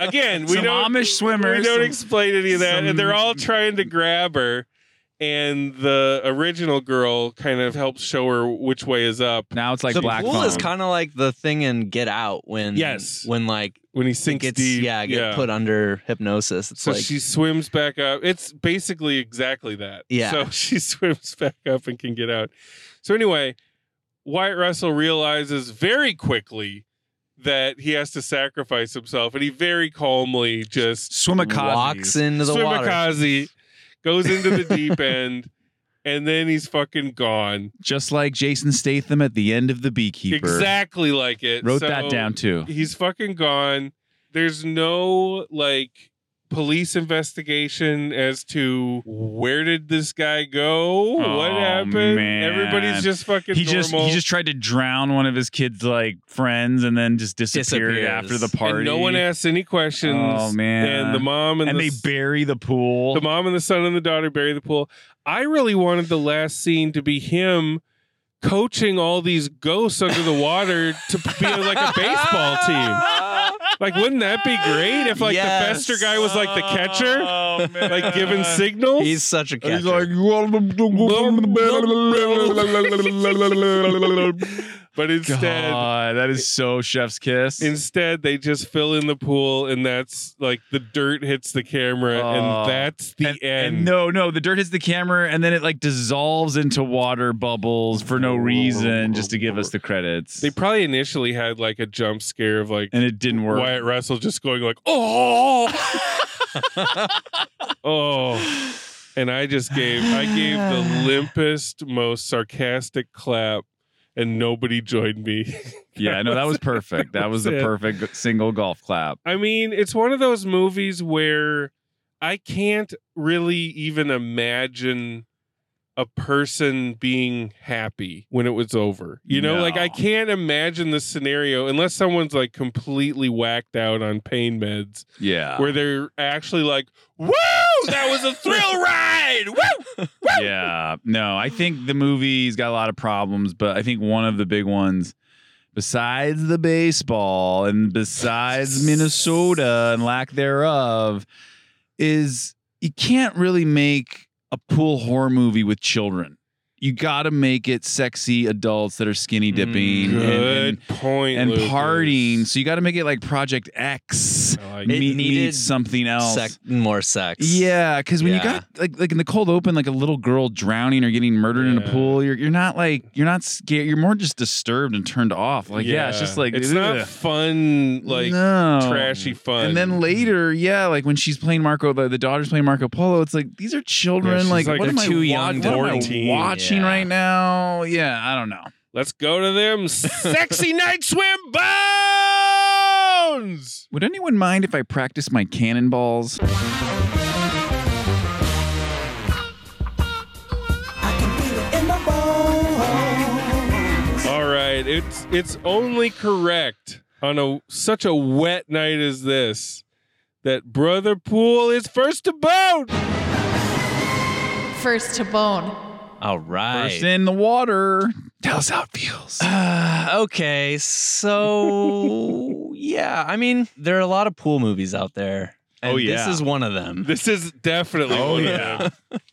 again we Some don't Amish swimmers, we don't some- explain any of that and they're some- all trying to grab her and the original girl kind of helps show her which way is up Now it's like the black pool phone. is kind of like the thing in Get Out when Yes. when like when he it sinks gets deep yeah get put under hypnosis. It's so like she swims back up it's basically exactly that Yeah. so (laughs) she swims back up and can get out so anyway wyatt russell realizes very quickly that he has to sacrifice himself and he very calmly just Swimikaze. walks into the water. Swimikaze goes into the (laughs) deep end and then he's fucking gone. Just like Jason Statham at the end of The Beekeeper. Exactly like it. Wrote So that down too. He's fucking gone. There's no like police investigation as to where did this guy go? what Oh, happened? man. Everybody's just fucking He normal. just he just tried to drown one of his kids like friends and then just disappeared Disappears. after the party. And no one asks any questions. Oh man. And the mom and, and the they s- bury the pool. the mom and the son and the daughter bury the pool. I really wanted the last scene to be him coaching all these ghosts under the water to be like a baseball team. Like, wouldn't that be great if like the Yes. Fester guy was like the catcher, Oh, like (laughs) giving signals? He's such a catcher. but instead, God, that is so chef's kiss. instead they just fill in the pool, and that's like the dirt hits the camera, Oh. and that's the and, end. and no, no, the dirt hits the camera and then it like dissolves into water bubbles for no reason, just to give us the credits. they probably initially had like a jump scare of like and it didn't work. (laughs) Wyatt Russell just going like, oh, oh, and I just gave I gave (sighs) the limpest, most sarcastic clap, and nobody joined me. Yeah, no, (laughs) that was perfect. That was the That's it. perfect single golf clap. I mean, it's one of those movies where I can't really even imagine a person being happy when it was over. You know, like I No. can't imagine the scenario unless someone's like completely whacked out on pain meds Yeah. where they're actually like, "Woo! That was a (laughs) thrill ride!" Woo! yeah. No, I think the movie's got a lot of problems, but I think one of the big ones, besides the baseball and besides Minnesota and lack thereof, is you can't really make a pool horror movie with children. You got to make it sexy adults that are skinny dipping and- and, Mm, Good point. and Lucas. partying. So you got to make it like Project X. I like Meet, it. meet needed something else. Sex, more sex. Yeah, because when you Yeah. got like like in the cold open, like a little girl drowning or getting murdered in a Yeah. pool, you're you're not like you're not scared. You're more just disturbed and turned off. Like yeah, it's just like it's not ugh. fun, like No. trashy fun. And then later, yeah, like when she's playing Marco, the, the daughter's playing Marco Polo. It's like these are Yeah, children. she's like, like, what they're am I too wa- young to what am I quarantine. watching Yeah. right now? Yeah, I don't know. let's go (laughs) to them sexy night swim bones. Would anyone mind if I practice my cannonballs? All right, it's it's only correct on a such a wet night as this that brother pool is first to boat. First to bone. All right. First in the water. Tell us how it feels. Uh, (sighs) okay, so yeah, I mean, there are a lot of pool movies out there. And Oh, yeah. This is one of them. This is definitely Oh, one yeah. of them. (laughs)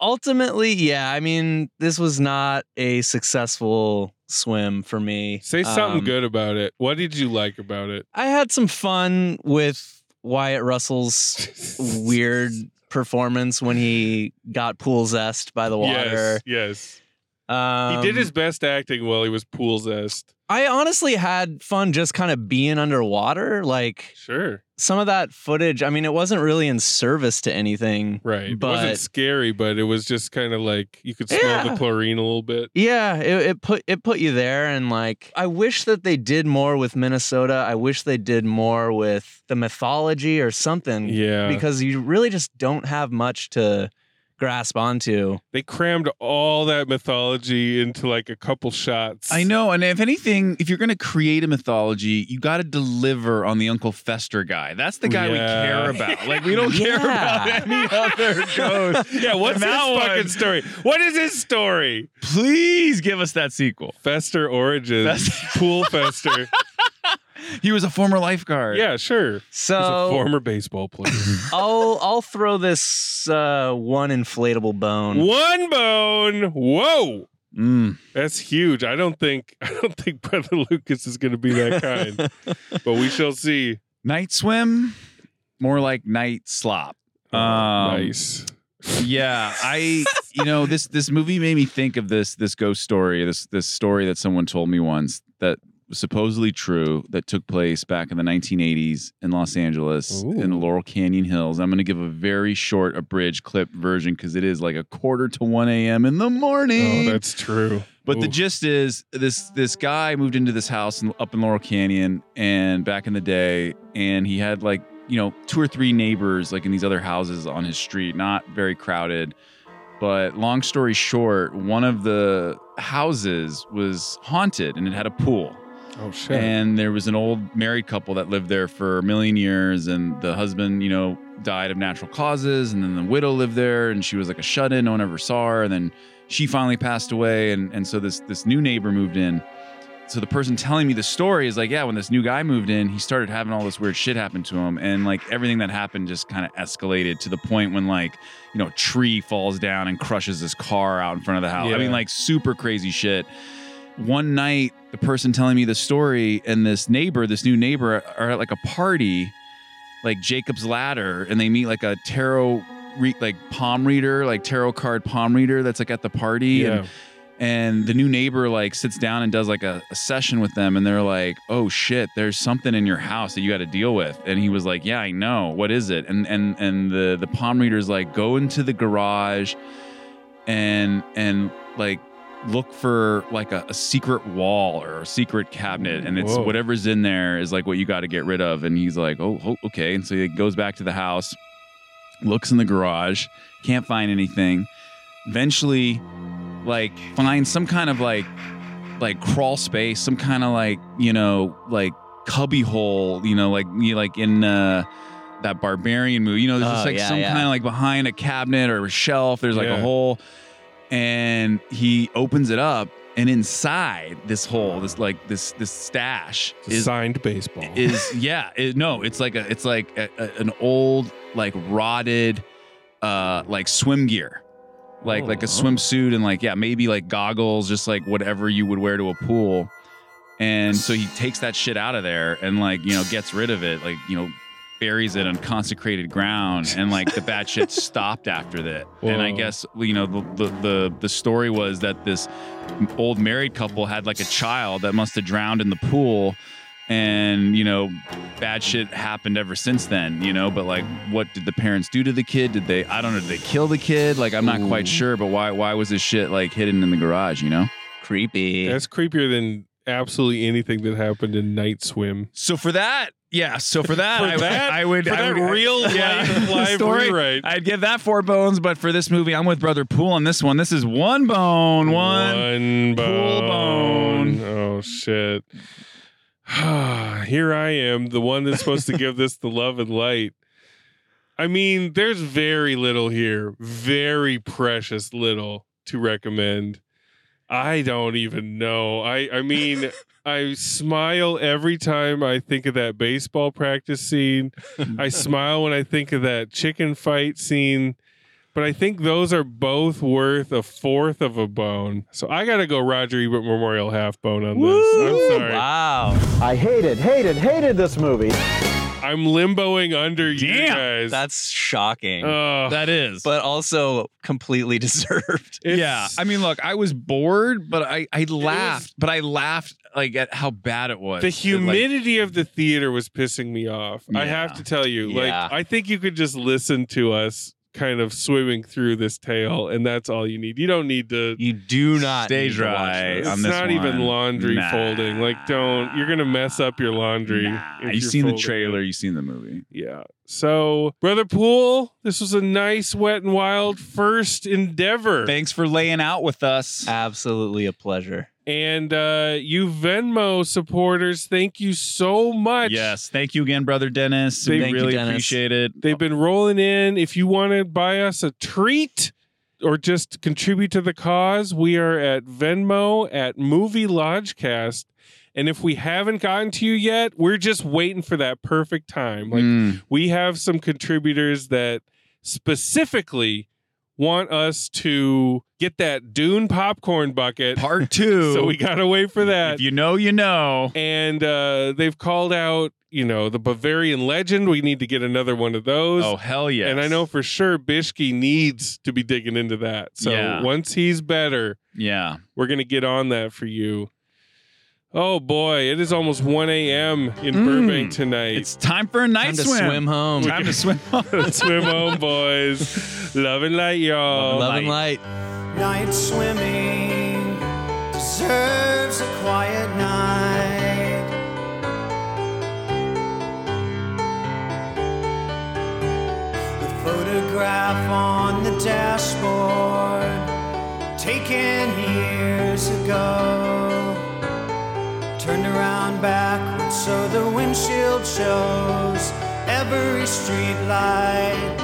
Ultimately, yeah, I mean, this was not a successful swim for me. Say something Um, good about it. What did you like about it? I had some fun with Wyatt Russell's (laughs) weird performance when he got pool zest by the water. Yes, yes. Um, he did his best acting while he was pool zest. I honestly had fun just kind of being underwater. Like Sure, some of that footage, I mean, it wasn't really in service to anything. right. it But- wasn't scary, but it was just kind of like you could smell Yeah. the chlorine a little bit. Yeah, it, it put it put you there, and like I wish that they did more with Minnesota. I wish they did more with the mythology or something, Yeah, because you really just don't have much to grasp onto. they crammed all that mythology into like a couple shots. I know, and if anything, if you're going to create a mythology, you got to deliver on the Uncle Fester guy. That's the guy Yeah. (laughs) we care about. Like we don't care about (laughs) Yeah. any other (laughs) ghost. Yeah, what's his That one. fucking story? What is his story? Please give us that sequel. Fester Origins, Fester. (laughs) Pool Fester. He was a former lifeguard. yeah, sure. He's a (laughs) So former baseball player. I'll I'll throw this uh, one inflatable bone. One bone. Whoa. Mm. That's huge. I don't think (laughs) I don't think Brother Lucas is going to be that (laughs) kind, but we shall see. Night swim, more like night slop. Oh, Um, nice. yeah i you know this this movie made me think of this this ghost story this this story that someone told me once that was supposedly true that took place back in the 1980s in los angeles in the Ooh. laurel canyon hills i'm going to give a very short abridged clip version because it is like a quarter to 1 a.m in the Oh, morning that's true. but the Oof. gist is this this guy moved into this house in, up in Laurel Canyon and back in the day and he had like you know, two or three neighbors like in these other houses on his street, not very crowded. But long story short, one of the houses was haunted and it had a pool. Oh shit. And there was an old married couple that lived there for a million years, and the husband, you know, died of natural causes, and then the widow lived there, and she was like a shut-in. No one ever saw her, and then she finally passed away, and and so this this new neighbor moved in. So the person telling me the story is like, yeah, when this new guy moved in, he started having all this weird shit happen to him, and like everything that happened just kind of escalated to the point when like you know a tree falls down and crushes his car out in front of the house. I Yeah. mean, like super crazy shit one night the person telling me the story and this neighbor this new neighbor are at like a party like jacob's ladder and they meet like a tarot re- like palm reader like tarot card palm reader that's like at the party Yeah. and and the new neighbor like sits down and does like a, a session with them and they're like oh shit there's something in your house that you got to deal with and he was like yeah i know what is it and and and the the palm reader's like go into the garage and and like look for like a, a secret wall or a secret cabinet and it's Whoa. whatever's in there is like what you got to get rid of and he's like oh ho- okay and so he goes back to the house looks in the garage can't find anything eventually like finds some kind of like like crawl space some kind of like you know like cubby hole you know like you like in uh that barbarian movie you know there's just Oh, like yeah, some yeah. kind of like behind a cabinet or a shelf there's like Yeah. a hole and he opens it up and inside this hole this like this this stash It's a is signed baseball. (laughs) is yeah it, no it's like a it's like a, a- an old like rotted uh like swim gear like like a swimsuit and like yeah maybe like goggles just like whatever you would wear to a pool and so he takes that shit out of there and like you know gets rid of it like you know buries it on consecrated ground and like the bad shit stopped after that and i Whoa. guess you know the, the the the story was that this old married couple had like a child that must have drowned in the pool and you know bad shit happened ever since then you know but like what did the parents do to the kid did they i don't know did they kill the kid like i'm not quite sure but why why was this shit like hidden in the garage you know (laughs) Creepy. That's creepier than absolutely anything that happened in Night Swim. So for that, yeah. So for that, For I, would- that- I would for I that would- real life (laughs) live rewrite. I'd give that four bones, but for this movie, I'm with Brother Pool on this one. This is one bone, one. One bone. bone. Oh shit. (sighs) Here I am, the one that's supposed to give this the love and light. I mean, there's very little here, very precious little to recommend. I don't even know. I I mean, I smile every time I think of that baseball practice scene. (laughs) I smile when I think of that chicken fight scene. But I think those are both worth a fourth of a bone. So I got to go Roger Ebert Memorial half bone on this. I'm sorry. Wow. I hated, hated, hated this movie. I'm limboing under you guys. Uh, That's shocking. Oh. Ugh. That is. but also completely (laughs) deserved. It's- yeah, I mean, look, I was bored, but I I laughed, but I laughed like at how bad it was. the It, like- humidity of the theater was pissing me off. I have Yeah. to tell you, Yeah. like I think you could just listen to us kind of swimming through this tale, and that's all you need. You don't need to. You do not Stay need to dry watch this. on It's this not even one. laundry Nah. folding. Like, don't. You're gonna mess up your laundry. Nah, if you've you're seen the folding it. trailer, you've seen the movie. Yeah. So, brother Poole, this was a nice, wet and wild first endeavor. Thanks for laying out with us. Absolutely a pleasure. And uh, you Venmo supporters, thank you so much. Yes, thank you again, brother Dennis. They- we Thank you, really Dennis. appreciate it. They've been rolling in. If you want to buy us a treat or just contribute to the cause, we are at Venmo at Movie Lodgecast. And if we haven't gotten to you yet, we're just waiting for that perfect time. Like Mm. we have some contributors that specifically want us to get that Dune popcorn bucket. part (laughs) two. So we got to wait for that. If you know, you know. and uh, they've called out, you know, the Bavarian legend. We need to get another one of those. Oh hell yeah! And I know for sure Bishke needs to be digging into that. So Yeah. once he's better, Yeah. we're going to get on that for you. Oh boy, it is almost 1 a.m. in Mm. Burbank tonight. It's time for a night Time to swim. swim, home. Time (laughs) to swim. Swim home, (laughs) boys. Love and light, y'all. Love and light. Night swimming deserves a quiet night. turned around backwards so the windshield shows every street light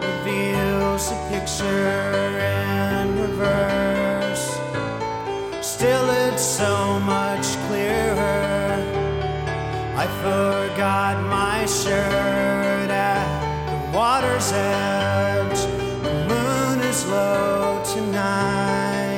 reveals a picture in reverse still it's so much clearer i forgot my shirt at the water's edge the moon is low tonight